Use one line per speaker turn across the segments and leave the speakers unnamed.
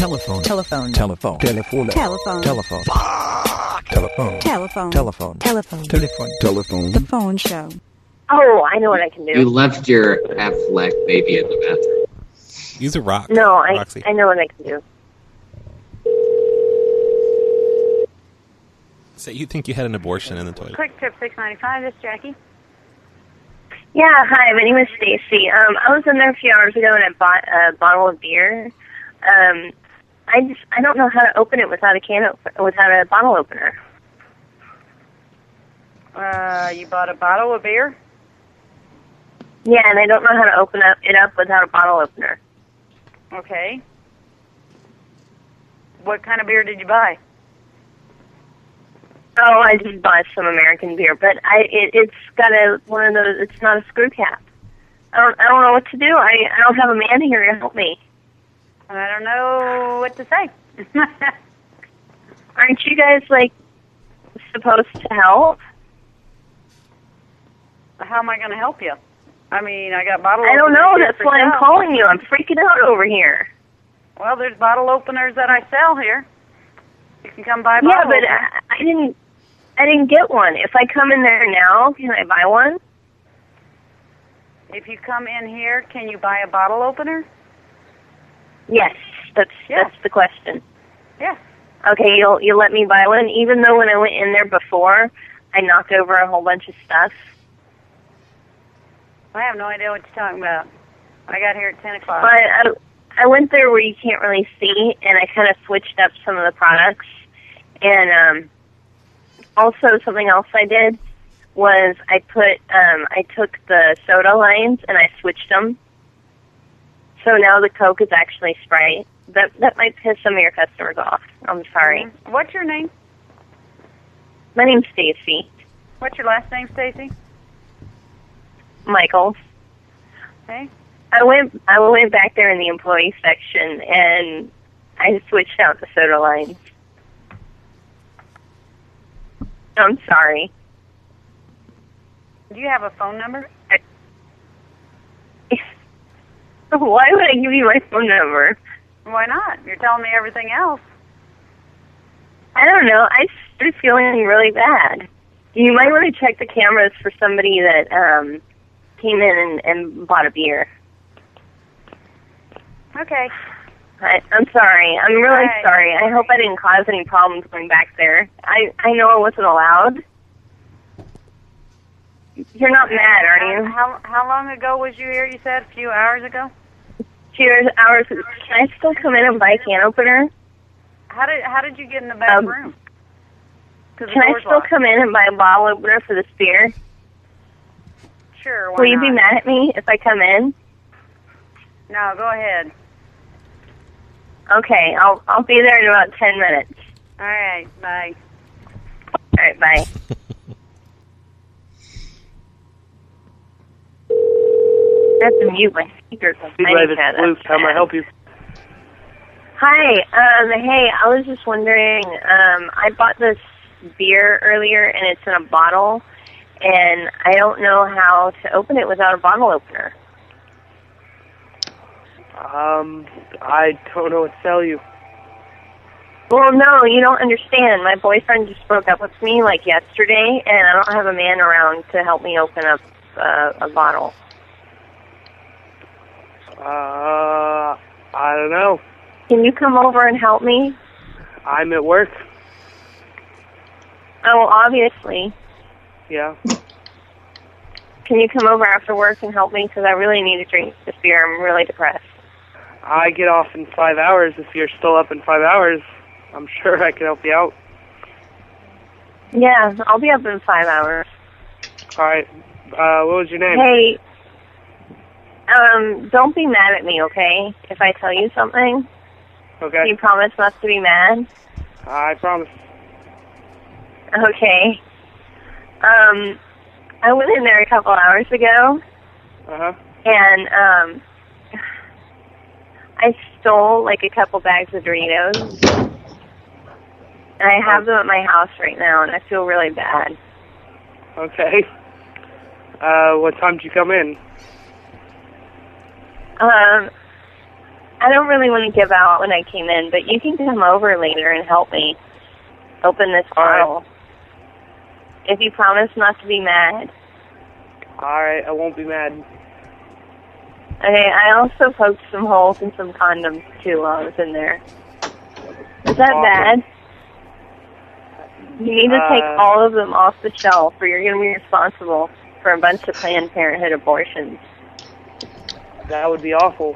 Telephone.
Telephone.
Telephone.
Telephone.
Telephone.
Telephone.
Telephone.
Telephone.
Telephone.
Telephone.
Telephone.
Telephone.
The phone show.
Oh, I know what I can
You
do.
left your Affleck baby in the bathroom.
Use a rock.
No, I
Roxy.
I know what I can do.
Say you think you had an abortion in the toilet.
Quick Trip 695, this is Jackie.
Yeah, hi. My name is Stacy. Um, I was in there a few hours ago and I bought a bottle of beer. Um, I just I don't know how to open it without a can op- without a bottle opener.
Uh, you bought a bottle of beer?
Yeah, and I don't know how to open up it up without a bottle opener.
Okay. What kind of beer did you buy?
Oh, I just bought some American beer, but I it, it's got a one of those. It's not a screw cap. I don't I don't know what to do. I I don't have a man here to help me.
I don't know what to say.
Aren't you guys like supposed to help?
How am I going to help you? I mean, I got bottle
I don't know.
openers
That's
here for
why I'm
sale.
calling you. I'm freaking out over here.
Well, there's bottle openers that I sell here. You can come buy
Yeah,
bottle
but uh,
openers.
I, I didn't. I didn't get one. If I come in there now, can I buy one?
If you come in here, can you buy a bottle opener?
Yes, that's
Yeah.
that's the question.
Yeah.
Okay, you'll you let me buy one, even though when I went in there before, I knocked over a whole bunch of stuff.
I have no idea what you're talking about. I got here at 10 o'clock.
But I, I went there where you can't really see, and I kind of switched up some of the products. And um, also, something else I did was I put um, I took the soda lines and I switched them. So now the Coke is actually Sprite. That that might piss some of your customers off. I'm sorry.
What's your name?
My name's Stacy
What's your last name, Stacy?
Michaels.
Okay.
I went I went back there in the employee section and I switched out the soda lines. I'm sorry.
Do you have a phone number?
Why would I give you my phone number?
Why not? You're telling me everything else.
I don't know. I started feeling really bad. You might want to check the cameras for somebody that um came in and, and bought a beer.
Okay.
I, I'm sorry. I'm really
Hi.
sorry. I hope I didn't cause any problems going back there. I I know I wasn't allowed. You're not mad, are you?
How, how long ago was you here, you said? A few hours ago?
Cheers, hours. Can I still come in and buy a can opener?
How did how did you get in the back
Um,
room? 'Cause the
Can I
door's
still
locked.
come in and buy a bottle opener for this beer?
Sure. Why
Will you be
not?
mad at me if I come in?
No, go ahead.
Okay, I'll I'll be there in about ten minutes.
All right. Bye.
All right, bye. That's a mute my speakers.
Private Blues, how may I help you?
Hi. Um, hey, I was just wondering. Um, I bought this beer earlier, and it's in a bottle, and I don't know how to open it without a bottle opener.
Um, I don't know what to tell you.
Well, no, you don't understand. My boyfriend just broke up with me like yesterday, and I don't have a man around to help me open up uh, a bottle.
Uh, I don't know.
Can you come over and help me?
I'm at work.
Oh, obviously.
Yeah.
Can you come over after work and help me? Because I really need to drink this beer. I'm really depressed.
I get off in five hours. If you're still up in five hours, I'm sure I can help you out.
Yeah, I'll be up in five hours.
All right. Uh, what was your name?
Hey, um, don't be mad at me, okay? If I tell you something,
Okay.
you promise not to be mad,
I promise.
okay? Um, I went in there a couple hours ago,
Uh huh.
and um, I stole like a couple bags of Doritos, and I have them at my house right now, and I feel really bad.
Okay. Uh, what time did you come in?
Um, I don't really want to give out when I came in, but you can come over later and help me open this
All right.
bottle. If you promise not to be mad.
All right, I won't be mad.
Okay, I also poked some holes in some condoms too while I was in there. Is that
Awesome.
bad? You need to take
Uh,
all of them off the shelf, or you're going to be responsible for a bunch of Planned Parenthood abortions.
That would be awful.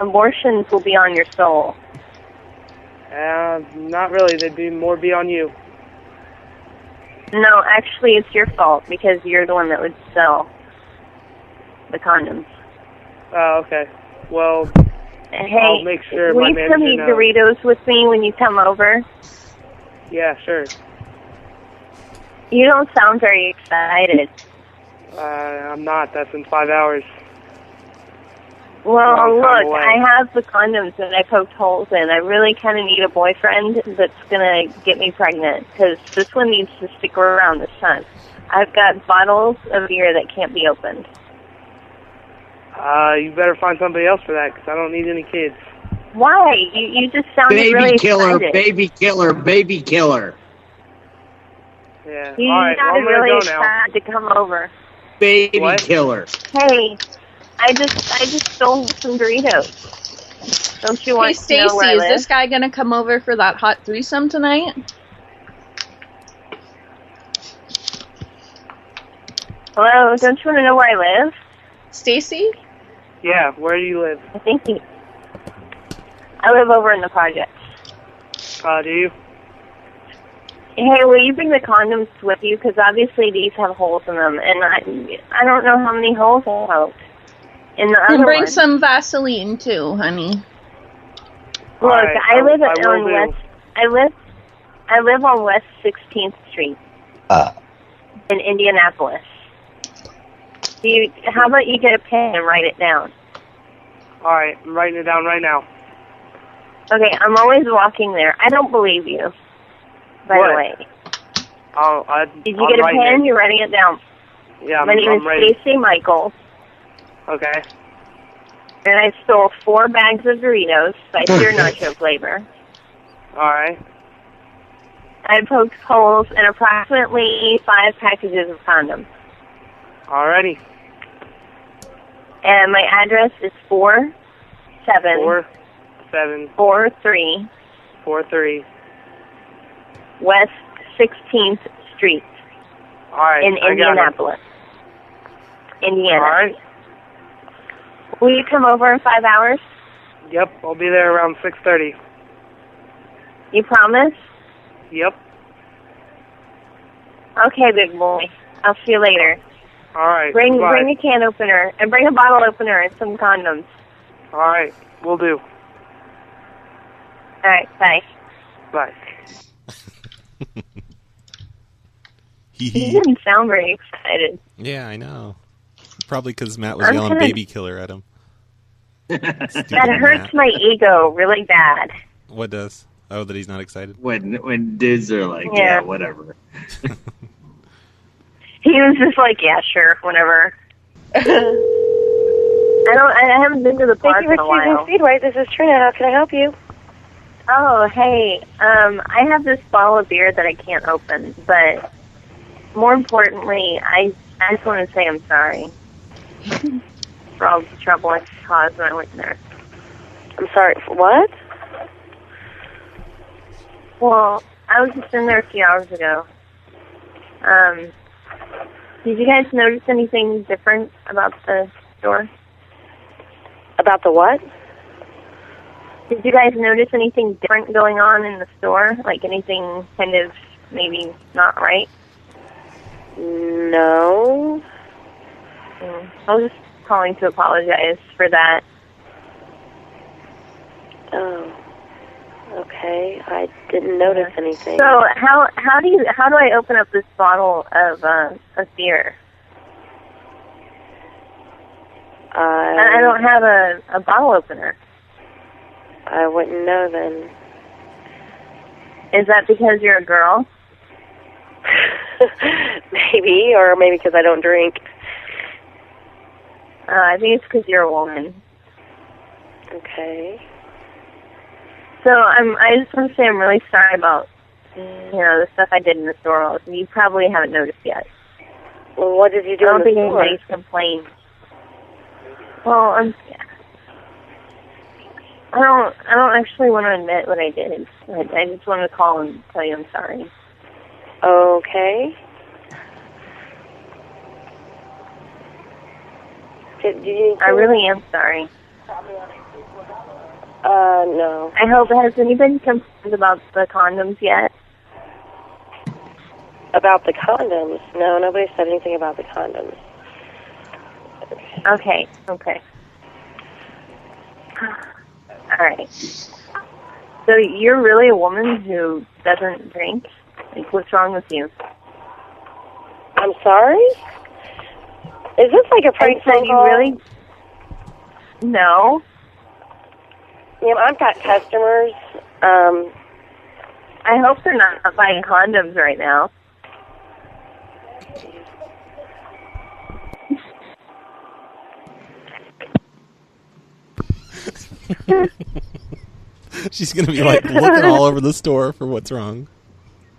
Abortions will be on your soul.
Uh, not really. They'd be more be on you.
No, actually, it's your fault because you're the one that would sell the condoms.
Oh, okay. Well,
Hey,
I'll make sure
will
my
you come
manager
eat
knows.
Doritos with me when you come over?
yeah, sure.
You don't sound very excited.
Uh, I'm not. That's in five hours.
Well,
Long time
look,
away.
I have the condoms that I poked holes in. I really kind of need a boyfriend that's going to get me pregnant because this one needs to stick around this time. I've got bottles of beer that can't be opened.
Uh, you better find somebody else for that, 'cause I don't need any kids.
Why? You, Oh, you just sounded
Baby
really
killer,
excited.
baby killer, baby killer,
Yeah.
You
All right. Well,
sounded
I'm gonna
really
go now.
excited to come over.
baby
What?
killer.
Hey, I just I just stole some Doritos. Don't you want
Hey,
to know
Stacy,
where I
is
live?
this guy gonna come over for that hot threesome tonight?
Hello, don't you want to know where I live?
Stacy?
Yeah. Where do you live?
I think he. I live over in the project.
Uh, do you?
Hey, will you bring the condoms with you? Because obviously these have holes in them, and I I don't know how many holes I poked. In the other
Bring
one.
some Vaseline too, honey.
Look,
All right,
I live
I
at,
will
on
do.
West. I live. I live on West Sixteenth Street.
Uh.
In Indianapolis. Do you? How about you get a pen and write it down?
All right. I'm writing it down right now.
Okay, I'm always walking there. I don't believe you. By
What?
the way,
I'll, I,
did you
I'm
get a
writing
pen?
It.
You're writing it down.
Yeah. I'm,
My name
I'm
is
ready.
Stacy Michaels,
Okay.
and I stole four bags of Doritos, spicy or nacho flavor.
All right.
I poked holes in approximately five packages of condoms,
All righty.
and my address is four seven
Four, seven,
four three
four, three.
West Sixteenth Street
All right.
in
I got it.
Indianapolis, Indiana.
All right.
Will you come over in five hours?
Yep. I'll be there around six thirty.
You promise?
Yep.
Okay, big boy. I'll see you later.
All right.
Bring
Bye.
bring a can opener and bring a bottle opener and some condoms.
All right. We'll do.
All right, bye.
Bye.
He
Hee-hee.
didn't sound very excited.
yeah, I know. Probably because Matt was
I'm
yelling
kinda-
"baby killer" at him. Stupid
That hurts
Matt.
my ego really bad.
What does? Oh, that he's not excited.
When when dudes are like,
Yeah.
yeah, whatever.
He was just like, yeah, sure, whenever. I don't. I haven't been to the
Thank
park
you for
in a
choosing
while.
Speedway. This is Trina. How can I help you?
Oh, hey. Um, I have this bottle of beer that I can't open, but more importantly, I I just want to say I'm sorry for all the trouble I caused when I went there.
I'm sorry. for What?
Well, I was just in there a few hours ago. Um, did you guys notice anything different about the store?
About the what?
Did you guys notice anything different going on in the store? Like anything kind of maybe not right?
No.
Mm. I was just calling to apologize for that.
Oh. Okay. I didn't notice anything.
So how how do you how do I open up this bottle of uh, of beer?
I,
I I don't have a, a bottle opener.
I wouldn't know then.
Is that because you're a girl?
maybe, or maybe because I don't drink.
Uh, I think it's because you're a woman.
Okay.
So I'm. I just want to say I'm really sorry about you know the stuff I did in the store. You probably haven't noticed yet.
Well, what did you do
I
in
don't
the
think
store?
anybody's complained. Well, I'm. I don't. I don't actually want to admit what I did. I, I just want to call and tell you I'm sorry.
Okay. Did, did you?
I really am sorry.
Uh, no.
I hope has anybody complained about the condoms yet?
About the condoms? No, nobody said anything about the condoms.
Okay. Okay. All right. So you're really a woman who doesn't drink. Like, what's wrong with you?
I'm sorry. Is this like a prank
I said
phone
you
call?
really. No.
You know, I've got customers. Um,
I hope they're not buying condoms right now.
She's gonna be like looking all over the store for what's wrong.